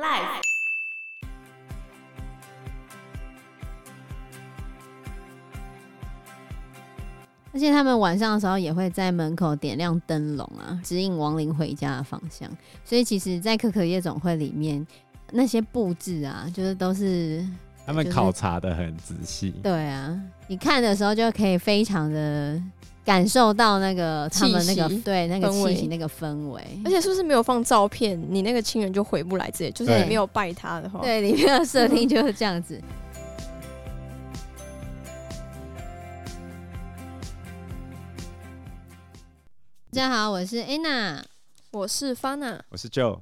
Life。而且他们晚上的时候也会在门口点亮灯笼啊，指引亡灵回家的方向。所以其实，在可可夜总会里面，那些布置啊，就是都是他们就是考察的很仔细，对啊，你看的时候就可以非常的感受到那个他们那个气息对那个氛围气息、那个氛围。而且是不是没有放照片，你那个亲人就回不来之类？就是对你没有拜他的话，对，里面的设定嗯就是这样子。大家好，我是 Anna。我是 Fana，我是 Joe。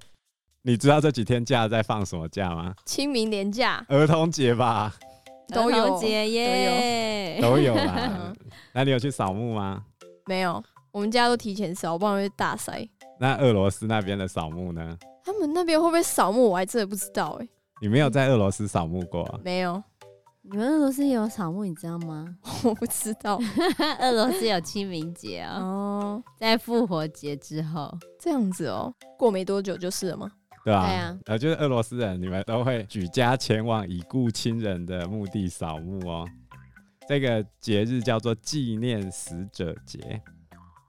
你知道这几天假在放什么假吗？清明年假儿童节吧， 都儿有童节耶，都有啦。嗯那你有去扫墓吗？没有？我们家都提前扫，不然会大塞。那俄罗斯那边的扫墓呢？他们那边会不会扫墓？我还真的不知道哎、你嗯没有在俄罗斯扫墓过啊？没有， 你们俄罗斯也有扫墓，你知道吗？ 我不知道。俄罗斯有清明节哦，哦，在复活节之后， 这样子哦，过没多久就是了吗？对吧、对啊呃，就是俄罗斯人，你们都会举家前往已故亲人的墓地扫墓哦。这个节日叫做纪念死者节，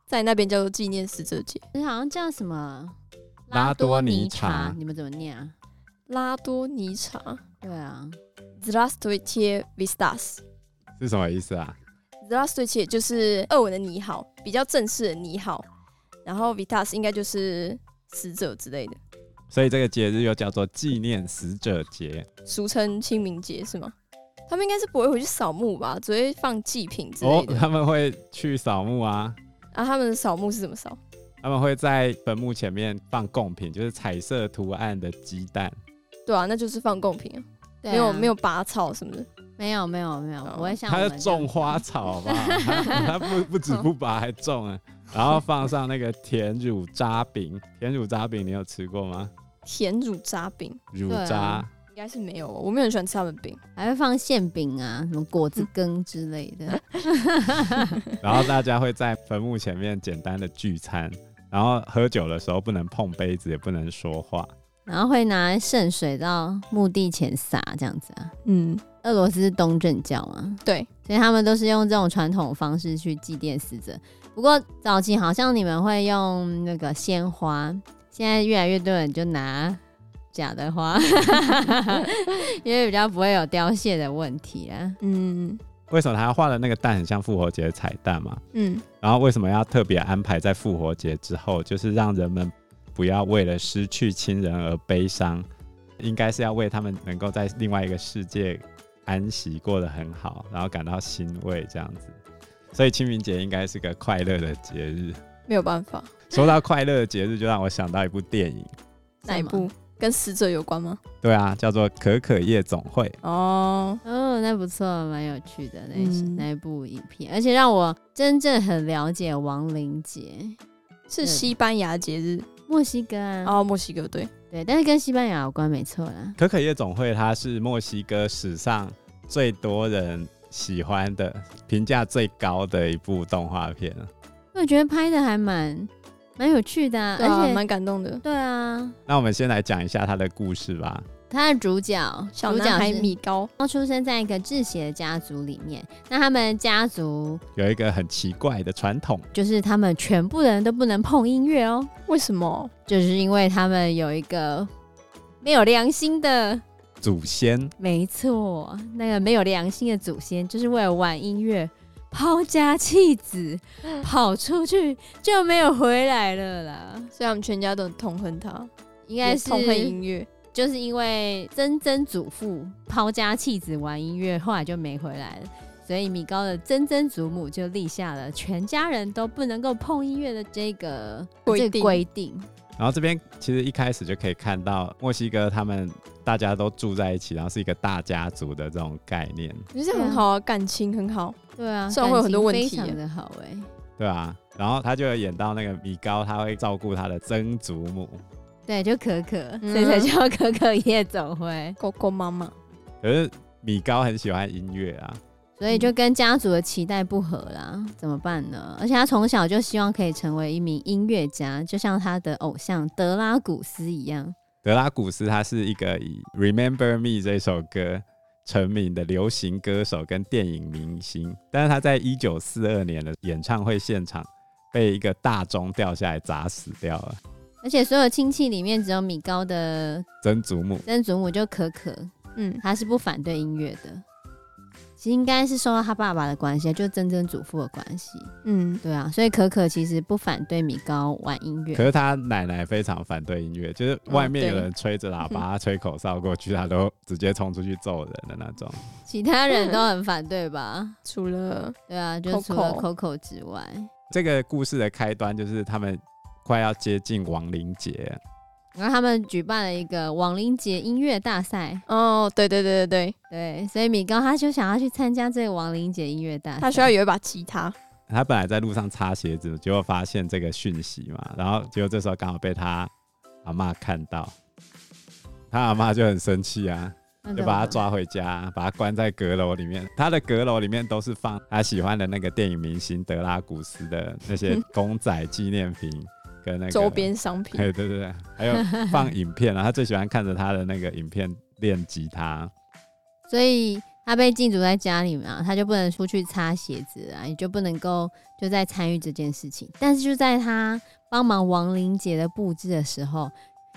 在那边叫做纪念死者节，你好像叫什么拉多尼察拉多你们怎么念啊？拉多尼察对啊， z r a s t v i t e v i s t a s 是什么意思啊？ z r a s t v i t e 就是俄文的你好，比较正式的你好，然后 Vitas 应该就是死者之类的，所以这个节日又叫做纪念死者节。俗称清明节是吗？他们应该是不会回去扫墓吧，只会放祭品之哦类，的。他们会去扫墓啊，啊，他们的扫墓是怎么扫？他们会在坟墓前面放贡品，就是彩色图案的鸡蛋。对啊，那就是放贡品啊，对啊没有没有拔草什么的。没有没有没有，哦不会像我们他是这样种花草 吧？他他不不止不拔，还种啊。然后放上那个甜乳渣饼，甜乳渣饼你有吃过吗？甜乳渣饼乳对啊渣、应该是没有哦，我没有很喜欢吃他们饼。还会放馅饼啊，什么果嗯子羹之类的。然后大家会在坟墓前面简单的聚餐，然后喝酒的时候不能碰杯子，也不能说话。然后会拿圣水到墓地前洒，这样子啊。嗯，俄罗斯是东正教嘛，对，所以他们都是用这种传统方式去祭奠死者。不过早期好像你们会用那个鲜花，现在越来越多人就拿假的花， 因为比较不会有凋谢的问题啊。嗯为什么他画的那个蛋很像复活节的彩蛋嘛？嗯，然后为什么要特别安排在复活节之后？就是让人们不要为了失去亲人而悲伤，应该是要为他们能够在另外一个世界安息过得很好，然后感到欣慰这样子。所以清明节应该是个快乐的节日。没有办法。说到快乐的节日，就让我想到一部电影，哪一是部吗？跟死者有关吗？对啊，叫做《可可夜总会》。哦，哦，那不错，蛮有趣的那一、嗯那一部影片，而且让我真正很了解亡灵节，是嗯西班牙节日墨西哥啊，哦，墨西哥对，对，但是跟西班牙有关，没错啦。可可夜总会它是墨西哥史上最多人喜欢的、评价最高的一部动画片了。我觉得拍的还蛮蛮有趣的、啊，对啊，而且蛮感动的。对啊，那我们先来讲一下他的故事吧。他的主角小主角男孩是米高，他出生在一个嗜血的家族里面，那他们家族有一个很奇怪的传统，就是他们全部的人都不能碰音乐哦，为什么？就是因为他们有一个没有良心的，祖先没错，那个没有良心的祖先就是为了玩音乐。抛家弃子，嗯跑出去就没有回来了啦。所以他们全家都很痛恨他，应该也是痛恨音乐。就是因为曾曾祖父抛家弃子玩音乐，后来就没回来了，所以米高的曾曾祖母就立下了全家人都不能够碰音乐的这个规这定个规定。然后这边其实一开始就可以看到墨西哥他们大家都住在一起，然后是一个大家族的这种概念，我觉得这样很好啊，感情很好。对啊，虽然会有很多问题感情非常的好哎、对啊。然后他就有演到那个米高，他会照顾他的曾祖母，对，就可可，嗯所以才叫可可夜总会。狗狗妈妈，可是米高很喜欢音乐啊，所嗯以就跟家族的期待不合啦，怎么办呢？而且他从小就希望可以成为一名音乐家，就像他的偶像德拉古斯一样。德拉古斯他是一个以《Remember Me》这首歌成名的流行歌手跟电影明星，但是他在一九四二年的演唱会现场被一个大钟掉下来砸死掉了。而且所有亲戚里面只有米高的曾祖母曾祖母就可可，嗯，她是不反对音乐的。其实应该是受到他爸爸的关系，啊就曾曾祖父的关系。嗯，对啊，所以可可其实不反对米高玩音乐可。是他奶奶非常反对音乐，就是外面哦有对人吹着喇 叭、吹口哨过去，他都直接冲出去揍人的那种。其他人都很反对吧？除了对啊，就除了 Coco 之外，这个故事的开端就是他们快要接近亡灵节，然后他们举办了一个亡灵节音乐大赛，哦，对对对对对，所以米高他就想要去参加这个亡灵节音乐大赛。对，他需要有一把吉他，他本来在路上擦鞋子，结果发现这个讯息嘛，然后结果这时候刚好被他阿嬷看到，他阿嬷就很生气啊，那怎就么把他办抓回家，把他关在阁楼里面。他的阁楼里面都是放他喜欢的那个电影明星德拉古斯的那些公仔纪念品跟那个 周。边商品，哎，对对对，还有放影片啊，他最喜欢看着他的那个影片练吉他。所以他被禁足在家里嘛，他就不能出去擦鞋子啊，也就不能够就在参与这件事情。但是就在他帮忙亡灵节的布置的时候，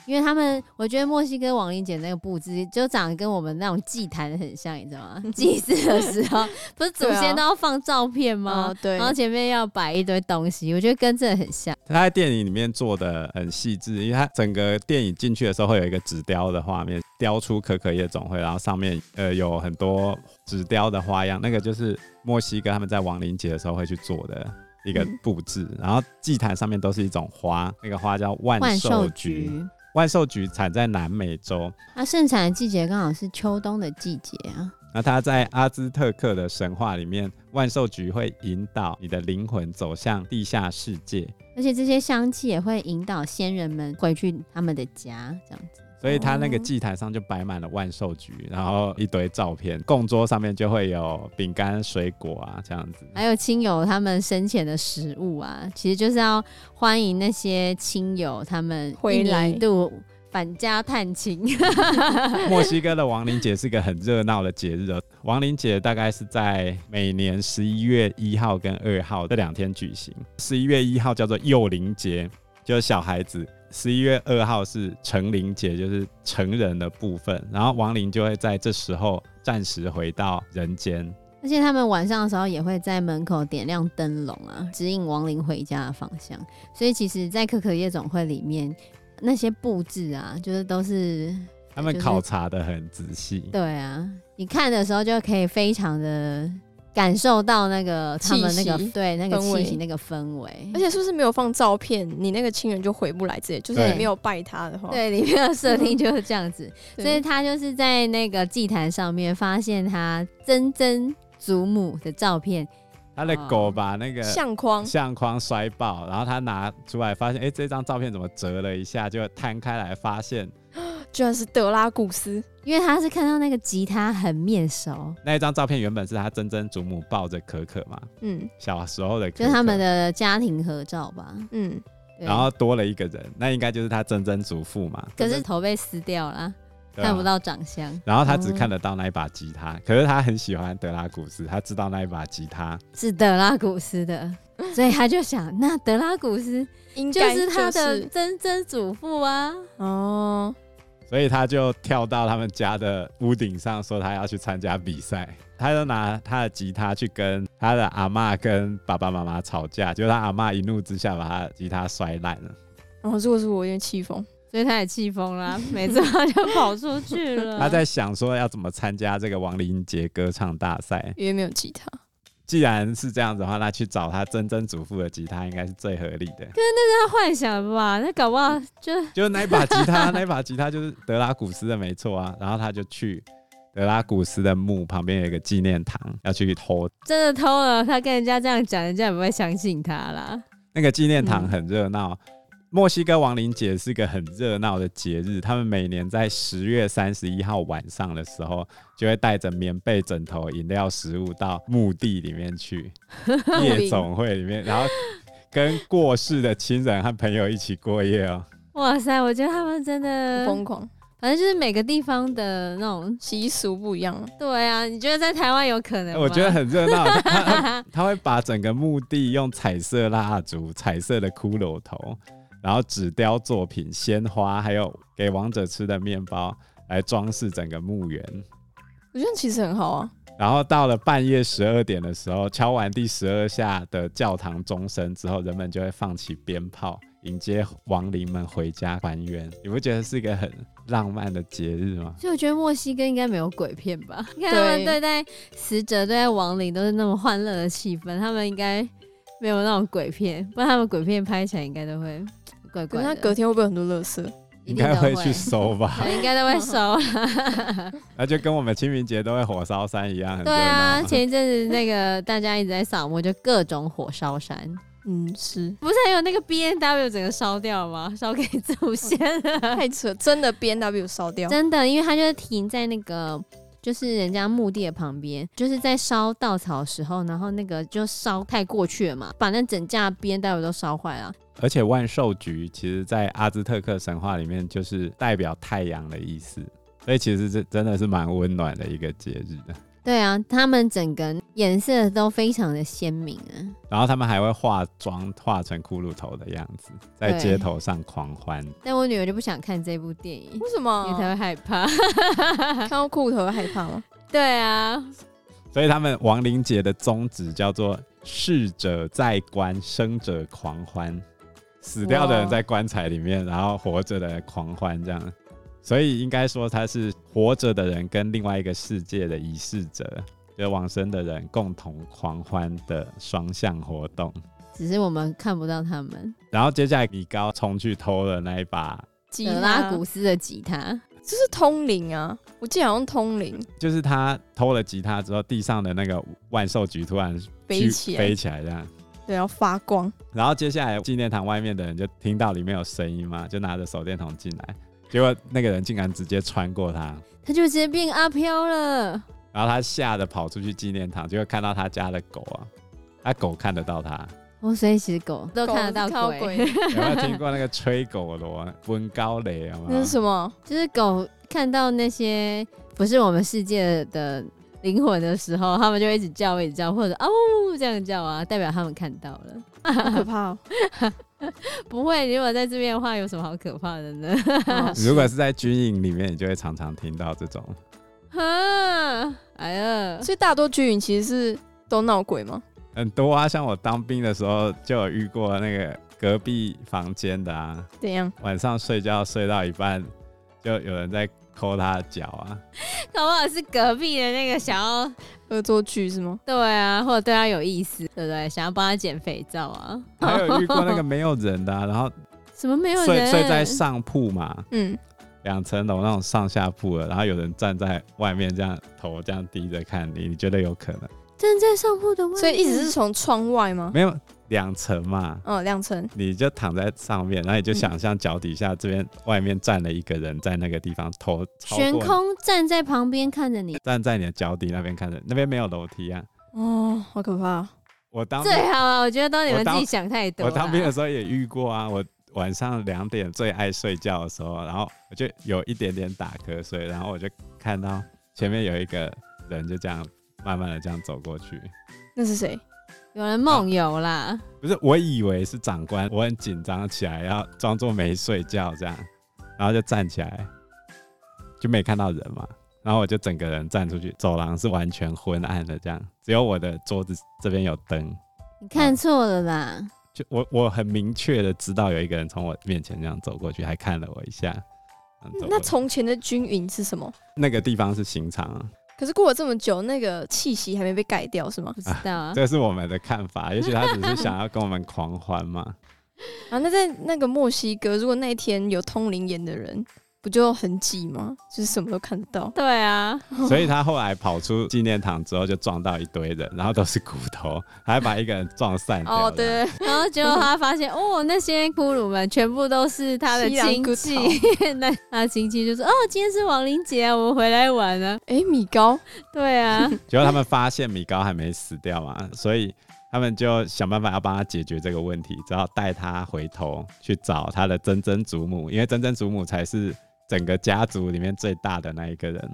因为他们我觉得墨西哥亡灵节那个布置就长得跟我们那种祭坛很像，你知道吗？ 祭祀的时候不是祖对啊先都要放照片吗哦？对然，后前面要摆一堆东西，我觉得跟这很像。他在电影里面做的很细致，因为他整个电影进去的时候会有一个纸雕的画面，雕出可可夜总会，然后上面呃有很多纸雕的花样，那个就是墨西哥他们在亡灵节的时候会去做的一个嗯布置。然后祭坛上面都是一种花，那个花叫万万寿寿菊，菊，万寿菊产在南美洲，它盛产的季节刚好是秋冬的季节啊。那它在阿兹特克的神话里面，万寿菊会引导你的灵魂走向地下世界，而且这些香气也会引导先人们回去他们的家，这样子。所以它那个哦祭坛上就摆满了万寿菊，然后一堆照片，供桌上面就会有饼干、水果啊 这样子。还有亲友他们生前的食物啊，其实就是要欢迎那些亲友他们一回来年一度返家探亲。 墨西哥的亡灵节是一个很热闹的节日哦，亡灵节大概是在每年十一月一号跟二号这两天举行。十一月一号叫做幼龄节，就是小孩子；十一月二号是成龄节，就是成人的部分。然后亡灵就会在这时候暂时回到人间。而且他们晚上的时候也会在门口点亮灯笼啊，指引亡灵回家的方向。所以其实，在可可夜总会里面，那些布置啊，就是都是他们就是考察的很仔细，对啊，你看的时候就可以非常的感受到那个他们那个气息对那个氛围气息、那个氛围，而且是不是没有放照片，你那个亲人就回不来这里，就是对你没有拜他的话，对里面的设定就是这样子。 对，所以他就是在那个祭坛上面发现他曾曾祖母的照片，他的狗把那哦个相框，相框摔爆，然后他拿出来发现，哎、这张照片怎么折了一下，就摊开来发现居然是德拉古斯，因为他是看到那个吉他很面熟，那一张照片原本是他曾曾祖母抱着可可嘛，嗯小时候的可可，就是他们，的家庭合照吧。嗯，对然后多了一个人，那应该就是他曾曾祖父嘛。可是头被撕掉了，啊对吧看不。到长相，然后他只看得到那一把吉他，可是他很喜欢德拉古斯，他知道那一把吉他，是德拉古斯的，所以他就想，那德拉古斯应就该是他的是曾曾祖父啊。哦，所以他就跳到他们家的屋顶上，说他要去参加比赛。他就拿他的吉他去跟他的阿嬷跟爸爸妈妈吵架，结果他阿嬷一怒之下把他的吉他摔烂了。然后如果是我有点气疯， 所以他也气疯啦，每次他就跑出去了。 他在想说要怎么参加这个亡灵节歌唱大赛。因为没有吉他，既然是这样子的话，那去找他曾曾祖父的吉他应该是最合理的。他幻想吧，那搞不好就就是那一把吉他， 那一把吉他就是德拉古斯的没错啊。然后他就去德拉古斯的墓旁边有一个纪念堂，要去偷。真的偷了。他跟人家这样讲，人家也不会相信他啦。那个纪念堂很热闹。墨西哥亡灵节是个很热闹的节日，他们每年在十月三十一号晚上的时候，就会带着棉被、枕头、饮料、食物到墓地里面去，夜总会里面，然后跟过世的亲人和朋友一起过夜哦。哇塞，我觉得他们真的，疯狂反正就是每个地方的那种。习俗不一样啊。对啊，你觉得在台湾有可能吗？我觉得很热闹，他 他他会把整个墓地用彩色蜡烛、彩色的骷髅头，然后纸雕作品、鲜花，还有给王者吃的面包来装饰整个墓园。我觉得其实很好啊，然后到了半夜十二点的时候，敲完第十二下的教堂钟声之后，人们就会放起鞭炮，迎接亡灵们回家还愿。你不觉得是一个很浪漫的节日吗？所以我觉得墨西哥应该没有鬼片吧？你看他们对对待死者、对待亡灵都是那么欢乐的气氛，他们应该没有那种鬼片，不然他们鬼片拍起来应该都会怪可怪是他的。隔天会不会很多垃圾？一应定该都会会去收吧，对应该都会 收。那就跟我们清明节都会火烧山一样，很热对闹。啊，前一阵子那个大家一直在扫墓，就各种火烧山，嗯，是不是还有那个 B N W 整个烧掉吗？烧给祖先了。太扯，真的 B N W 烧掉，真的，因为它就是停在那个就是人家墓地的旁边，就是在烧稻草的时候，然后那个就烧太过去了嘛，把那整架 B N W 都烧坏了。而且万寿菊其实在阿兹特克神话里面就是代表太阳的意思，所以其实这真的是蛮温暖的一个节日的。对啊，他们整个颜色都非常的鲜明啊。然后他们还会化妆化成骷髅头的样子，在对街头上狂欢。但我女儿就不想看这部电影，因为什为她么？会害怕。 看到裤头会害怕吗？对啊，所以他们亡灵节的宗旨叫做“逝者在棺，生者狂欢”，死掉的人在棺材里面，然后活着的人狂欢这样。所以应该说他是活着的人跟另外一个世界的已逝者，就是往生的人共同狂欢的双向活动。只是我们看不到他们。然后接下来米高冲去偷了那一把，吉德拉古斯的吉他，这是通灵啊，我记得好像通灵就是他偷了吉他之后，地上的那个万寿菊突然飞起来飞，起来这样。对，要发光，然后接下来纪念堂外面的人就听到里面有声音嘛，就拿着手电筒进来，结果那个人竟然直接穿过他，他就直接变阿飘了。然后他吓得跑出去纪念堂，结果看到他家的狗啊，他狗看得到他。哦，所以其实狗都看得到狗是鬼，鬼， 有没有听过那个吹狗螺、温高雷啊？那是什么？ 就是狗看到那些不是我们世界的灵魂的时候，他们就会一直叫，一直叫，或者啊呜这样叫啊，代表他们看到了。 好可怕哦！ 不会，如果在这边的话，有什么好可怕的呢？ 哦如果是在军营里面，你就会常常听到这种。啊，哎呀，所以大多居民其实是都闹鬼吗？很多啊，像我当兵的时候就有遇过那个隔壁房间的啊，怎样？晚上睡觉睡到一半，就有人在抠他的脚啊。 搞不好是隔壁的那个想要恶作剧是吗？对啊，或者对他有意思，对不对？想要帮他捡肥皂啊？还有遇过那个没有人的啊、然后什么没有睡人睡在上铺嘛，嗯，两层楼那种上下铺的，然后有人站在外面这样头这样低着看你，你觉得有可能？站在上铺的位置，所以一直是从窗外吗？没有两层嘛，嗯，两层。你就躺在上面，然后你就想象脚底下这边外面站了一个人，在那个地方头超过悬你空站在旁边看着你，站在你的脚底那边看着，那边没有楼梯啊。哦，好可怕！我当兵最好啊，我觉得都你我们当自己想太多我了。当兵的时候也遇过啊，我晚上两点最爱睡觉的时候，然后我就有一点点打瞌睡，然后我就看到前面有一个人就这样慢慢的这样走过去，那是谁？有人梦游啦，不是我以为是长官，我很紧张起来，要装作没睡觉这样，然后就站起来，就没看到人嘛。然后我就整个人站出去，走廊是完全昏暗的，这样只有我的桌子这边有灯，你看错了啦。就我我很明确的知道有一个人从我面前这样走过去，还看了我一下。嗯走过那去从前的军营是什么？那个地方是刑场啊，可是过了这么久，那个气息还没被改掉是吗？不知道啊，这是我们的看法。也许他只是想要跟我们狂欢嘛。啊，那在那个墨西哥，如果那一天有通灵眼的人，不就很挤吗？就是什么都看得到。对啊， 所以他后来跑出纪念堂之后，就撞到一堆人，然后都是骨头，还把一个人撞散掉。哦，，对， 然后结果他发现，哦，那些骷髅们全部都是他的西洋亲骨 戚， 那他亲戚就说，哦，今天是亡灵节啊，我们回来玩啊，哎，米糕，对啊，结果他们发现米高还没死掉嘛，所以他们就想办法要帮他解决这个问题，只好带他回头去找他的曾曾祖母，因为曾曾祖母才是整个家族里面最大的那一个人。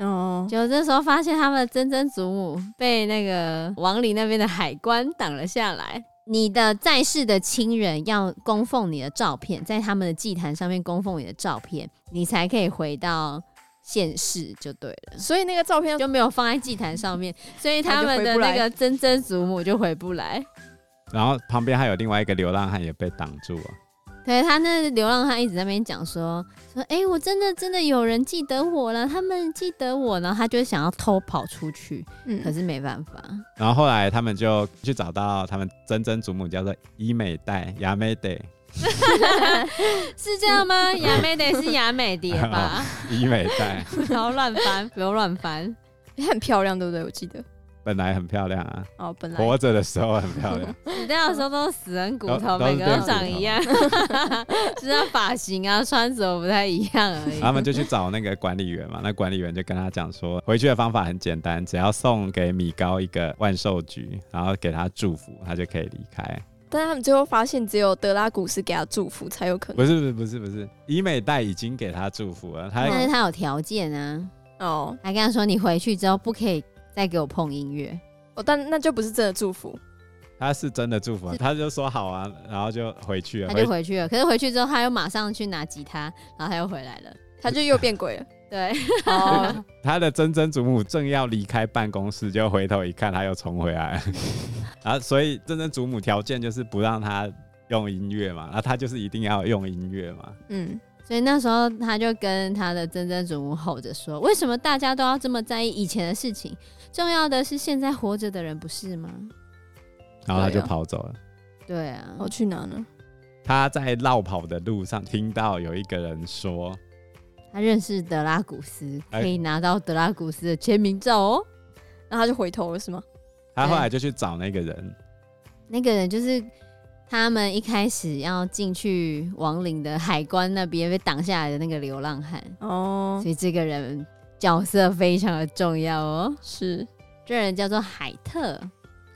哦，就这时候发现他们的曾曾祖母被那个王里那边的海关挡了下来。你的在世的亲人要供奉你的照片，在他们的祭坛上面供奉你的照片，你才可以回到现世就对了，所以那个照片就没有放在祭坛上面，所以他们的他就回不那来个曾曾祖母就回不来。然后旁边还有另外一个流浪汉也被挡住了。对他那流浪汉一直在那边讲说说，哎、我真的真的有人记得我了，他们记得我，然后他就想要偷跑出去，嗯可是没办法。然后后来他们就去找到他们曾曾祖母，叫做伊美代雅美代 是这样吗？雅美得是雅美蝶 吧？伊美代，不要乱翻，不要乱翻。很漂亮，对不对？我记得本来很漂亮啊，哦，本来活着的时候很漂亮。死掉的时候都是死人骨头，都都每是个都长一样， 只是发型啊、穿着不太一样而已然后。他们就去找那个管理员嘛，那 管理员就跟他讲说，回去的方法很简单，只要送给米高一个万寿菊，然后给他祝福，他就可以离开。但他们最后发现，只有德拉古斯给他祝福才有可能不是不是不是不是，伊美代已经给他祝福了，他但是他有条件啊，哦还跟他说你回去之后不可以再给我碰音乐。哦，但那就不是真的祝福他是真的祝福啊，他就说好啊，然后就回去了。他就回去了，可是回去之后他又马上去拿吉他，然后他又回来了。他就又变鬼了。对， 哦，他的曾曾祖母正要离开办公室，就回头一看，他又冲回来了。啊，所以曾曾祖母条件就是不让他用音乐嘛，啊，他就是一定要用音乐嘛。嗯，所以那时候他就跟他的曾曾祖母吼着说：“为什么大家都要这么在意以前的事情？重要的是现在活着的人，不是吗然后他就对啊跑走了。对啊，我哦去哪呢？他在绕跑的路上听到有一个人说，他认识德拉古斯，哎可以拿到德拉古斯的签名照哦。然后他就回头了，是吗？他后来就去找那个人，那个人就是他们一开始要进去王陵的海关那边被挡下来的那个流浪汉，哦，所以这个人角色非常的重要哦。是这人叫做海特，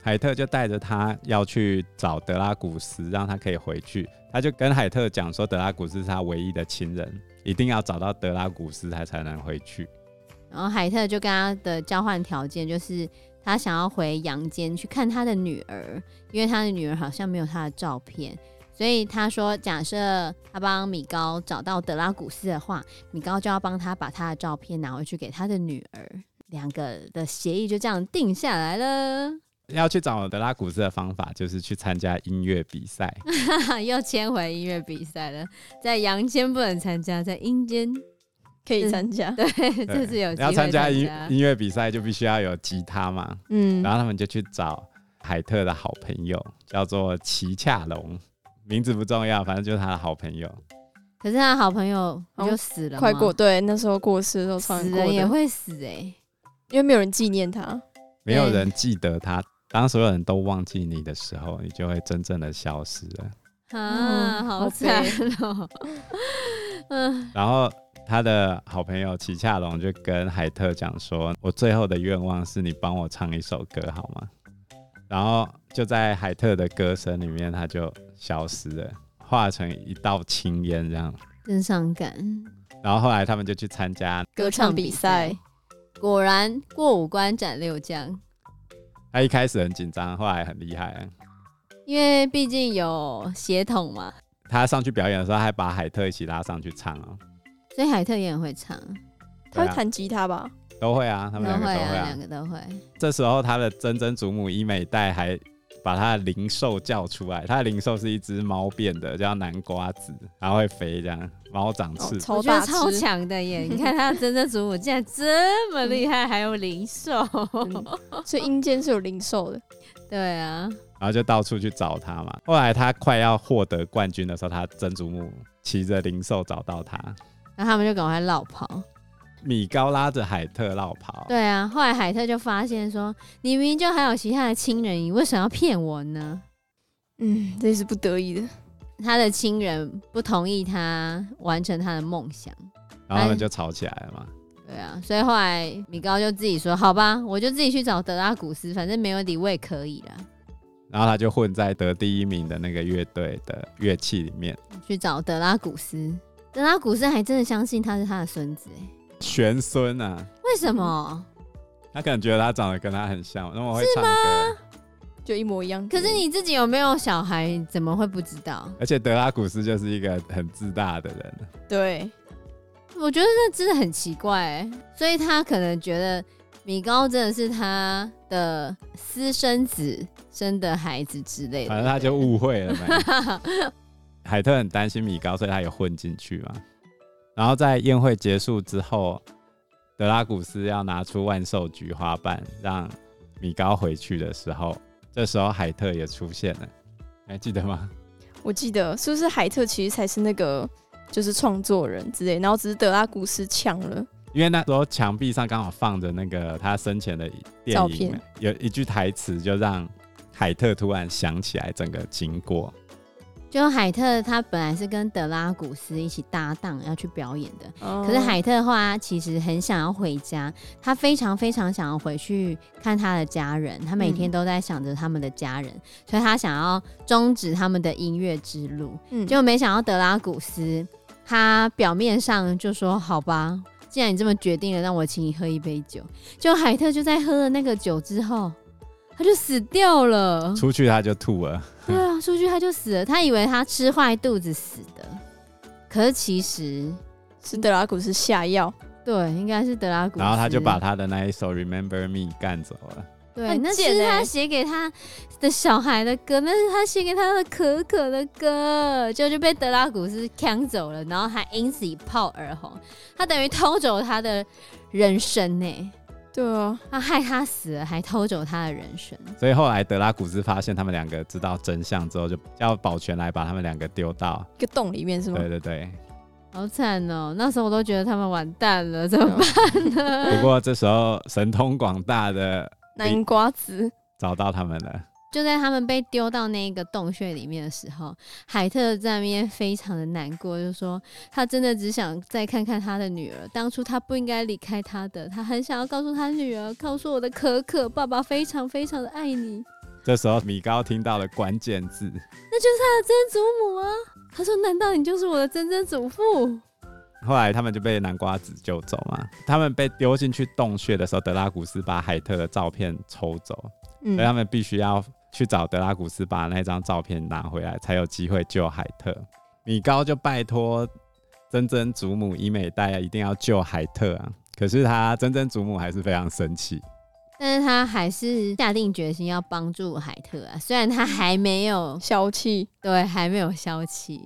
海特就带着他要去找德拉古斯，让他可以回去。他就跟海特讲说，德拉古斯是他唯一的亲人，一定要找到德拉古斯他才能回去。然后海特就跟他的交换条件就是。他想要回阳间去看他的女儿，因为他的女儿好像没有他的照片，所以他说，假设他帮米高找到德拉古斯的话，米高就要帮他把他的照片拿回去给他的女儿。两个的协议就这样定下来了， 要去找德拉古斯的方法就是去参加音乐比赛。哈哈，又签回音乐比赛了，在阳间不能参加，在阴间，可以参 加。对，这次有机会要参加音参音乐比赛，就必须要有吉他嘛。嗯然后他们就去找海特的好朋友，叫做齐恰龙，名字不重要，反正就是他的好朋友。可是他的好朋友不好就死了吗，快过对，那时候过世的时候超死难过的，人也会死哎、因为没有人纪念他。没有对人记得他。当所有人都忘记你的时候，你就会真正的消失了。啊，嗯好好惨悲 哦！嗯，然后他的好朋友齐恰龙就跟海特讲说：“我最后的愿望是你帮我唱一首歌好吗？”然后就在海特的歌声里面，他就消失了，化成一道青烟这样。真伤感。然后后来他们就去参加，歌唱比赛，果然过五关斩六将，他一开始很紧张，后来很厉害。因为毕竟有血统嘛，他上去表演的时候，还把海特一起拉上去唱哦。所以海特也很会唱，他对会啊，弹吉他吧？都会啊，他们两个都会会啊，啊两。个都会。这时候他的曾曾祖母伊美代还把他的灵兽叫出来，他的灵兽是一只猫变的，叫南瓜子，然后会飞这样，猫长哦翅，，超我觉得大超只强的 耶！你看他的真正祖母竟然这么厉害，还有灵兽。嗯所以阴间是有灵兽的。 对啊，然后就到处去找他嘛。后来他快要获得冠军的时候，他曾祖母骑着灵兽找到他，然后他们就赶快绕跑。米高拉着海特绕跑，对啊，后来海特就发现说：“你明明就还有其他的亲人，你为什么要骗我呢？”嗯，这是不得已的。他的亲人不同意他完成他的梦想，然后他们就吵起来了嘛。对啊，所以后来米高就自己说：“好吧，我就自己去找德拉古斯，反正没有你我也可以啦。然后他就混在得第一名的那个乐队的乐器里面，去找德拉古斯，德拉古斯还真的相信他是他的孙子、欸，玄孙啊，为什么？他可能觉得他长得跟他很像，那么会唱歌，就一模一样。可是你自己有没有小孩，怎么会不知道？而且德拉古斯就是一个很自大的人，对，我觉得这真的很奇怪、欸，所以他可能觉得米高真的是他的私生子生的孩子之类的，反正他就误会 了嘛。 海特很担心米高，所以他也混进去嘛。然后在宴会结束之后，德拉古斯要拿出万寿菊花瓣让米高回去的时候，这时候海特也出现了，你还记得吗？我记得是不是海特其实才是那个就是创作人之类，然后只是德拉古斯抢了，因为那时候墙壁上刚好放着那个他生前的电照影片，有一句台词就让海特突然想起来整个经过。就海特他本来是跟德拉古斯一起搭档要去表演的，可可是海特的话，他其实很想要回家，他非常非常想要回去看他的家人，他每天嗯都在想着他们的家人，所以他想要终止他们的音乐之路。嗯结果没想到德拉古斯，他表面上就说：“好吧，既然你这么决定了，让我请你喝一杯酒。”就海特就在喝了那个酒之后，他就死掉了。出去他就吐了，对啊，出去他就死了，他以为他吃坏肚子死的，可是其实是德拉古斯下药，对，应该是德拉古斯。然后他就把他的那一首《Remember Me》干走了。对，很那贱是他欸写给他的小孩的歌，那是他写给他的可可的歌，就就被德拉古斯抢走了，然后还因此一炮而红。他等于偷走他的人生呢、对啊，他害他死了，还偷走他的人生。所以后来德拉古斯发现他们两个知道真相之后，就叫保全来把他们两个丢到。一个洞里面是吗？对对对。好惨哦、那时候我都觉得他们完蛋了，怎么办？不过这时候神通广大的南瓜子，找到他们了，就在他们被丢到那个洞穴里面的时候，海特在那边非常的难过，就说他真的只想再看看他的女儿，当初他不应该离开他的，他很想要告诉他女儿，告诉我的可可，爸爸非常非常的爱你，这时候米高听到了关键字，那就是他的曾祖母啊。他说：“难道你就是我的曾曾祖父后来他们就被南瓜子救走嘛。他们被丢进去洞穴的时候，德拉古斯把海特的照片抽走，嗯所以他们必须要去找德拉古斯把那张照片拿回来，才有机会救海特。米高就拜托真真祖母伊美代一定要救海特啊！可是他真真祖母还是非常生气，？”但是他还是下定决心要帮助海特啊，虽然他还没有消气，对，还没有消气，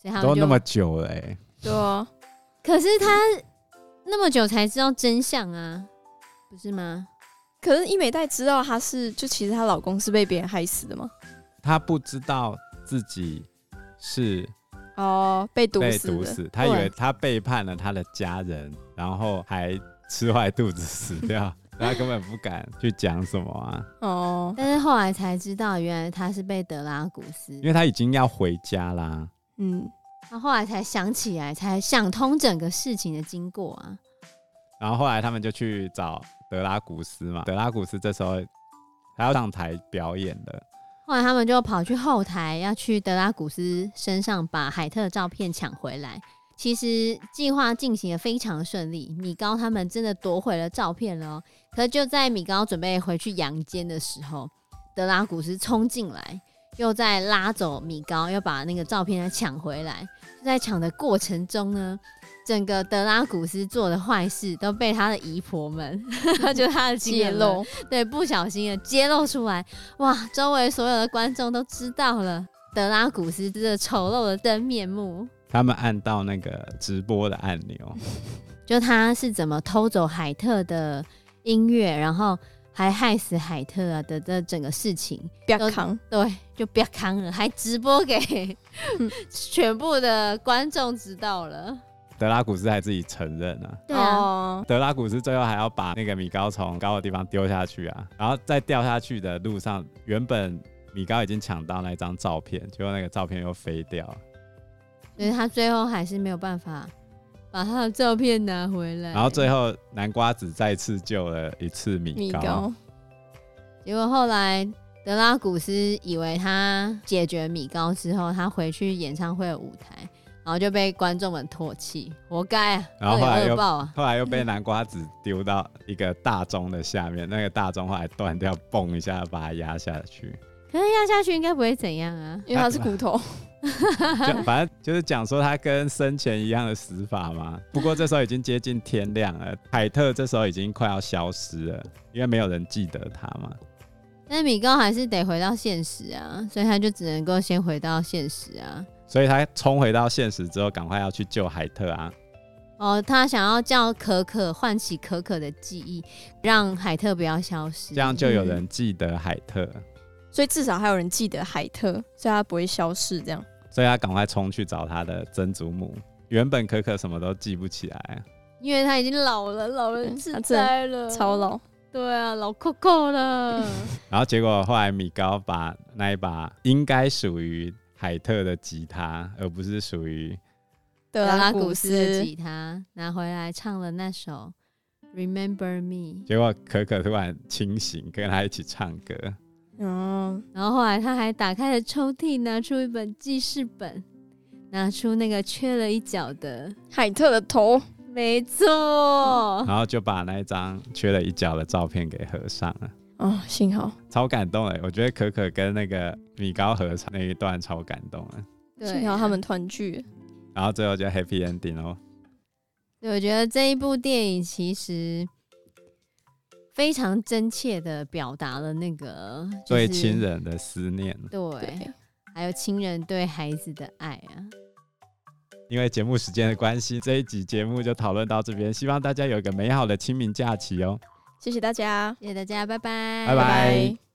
所以他们都就那么久了、欸，对啊，可是他那么久才知道真相啊，不是吗？可是伊美黛知道她是，就其实她老公是被别人害死的嘛，他不知道自己是哦，被毒被死的，毒死，他以为他背叛了他的家人，然后还吃坏肚子死掉，他根本不敢去讲什么啊，哦，但是后来才知道，原来他是被德拉古斯因，为他已经要回家啦。嗯，他后来才想起来，才想通整个事情的经过啊。然后后来他们就去找德拉古斯嘛，德拉古斯这时候他要上台表演了，后来他们就跑去后台，要去德拉古斯身上把海特的照片抢回来。其实计划进行的非常顺利，米高他们真的夺回了照片了哦。可就在米高准备回去阳间的时候，德拉古斯冲进来，又在拉走米高，要把那个照片抢回来。就在抢的过程中呢，整个德拉古斯做的坏事都被他的姨婆们， 就他的亲揭人们露，对，不小心的揭露出来，哇，周围所有的观众都知道了德拉古斯这丑陋的真面目，他们按到那个直播的按钮，就他是怎么偷走海特的音乐，然后还害死海特啊的这整个事情，不要扛，对，就不要扛了，还直播 给全部的观众知道了，德拉古斯还自己承认啊。对啊，哦，德拉古斯最后还要把那个米高从高的地方丢下去啊，然后在掉下去的路上，原本米高已经抢到那张照片，结果那个照片又飞掉了，所以他最后还是没有办法把他的照片拿回来，然后最后南瓜子再次救了一次米米高，高，结果后来德拉古斯以为他解决米高之后，他回去演唱会的舞台，然后就被观众们唾弃，活该啊！然后后来恶有又恶报啊！后来又被南瓜子丢到一个大钟的下面，那个大钟后来断掉，嘣一下把它压下去。可是压下去应该不会怎样啊。因为它是 骨头，就反正就是讲说他跟生前一样的死法嘛。不过这时候已经接近天亮了，凯特这时候已经快要消失了，因为没有人记得他嘛。但是米高还是得回到现实啊，所以他就只能够先回到现实啊。所以他冲回到现实之后，赶快要去救海特啊。哦，他想要叫可可唤起可可的记忆，让海特不要消失。嗯这样就有人记得海特，所以至少还有人记得海特，所以它不会消失。这样，所以他赶快冲去找他的曾祖母。原本可可什么都记不起来，因为他已经老了，老人痴他真的呆了，超老，对啊，老扣扣了。然后结果后来米高把那一把应该属于海特的吉他，而不是属于德拉呃啊拉古古斯的斯吉他拿回来唱了那首《Remember Me》，结果可可突然清醒，跟他一起唱歌。哦，然后后来他还打开了抽屉，拿出一本记事本，拿出那个缺了一角的，海特的头，没 错，然后就把那一张缺了一角的照片给合上了，哦，幸好，超感动欸的。我觉得可可跟那个米高合唱那一段超感动的，对，啊幸好他们团聚。然后最后就 happy ending 哦。对，我觉得这一部电影其实非常真切的表达了那个、就是、对亲，人的思念，对，啊对，还有亲人对孩子的爱啊。因为节目时间的关系，这一集节目就讨论到这边，希望大家有一个美好的清明假期哦。谢谢大家，谢谢大家，拜拜，拜拜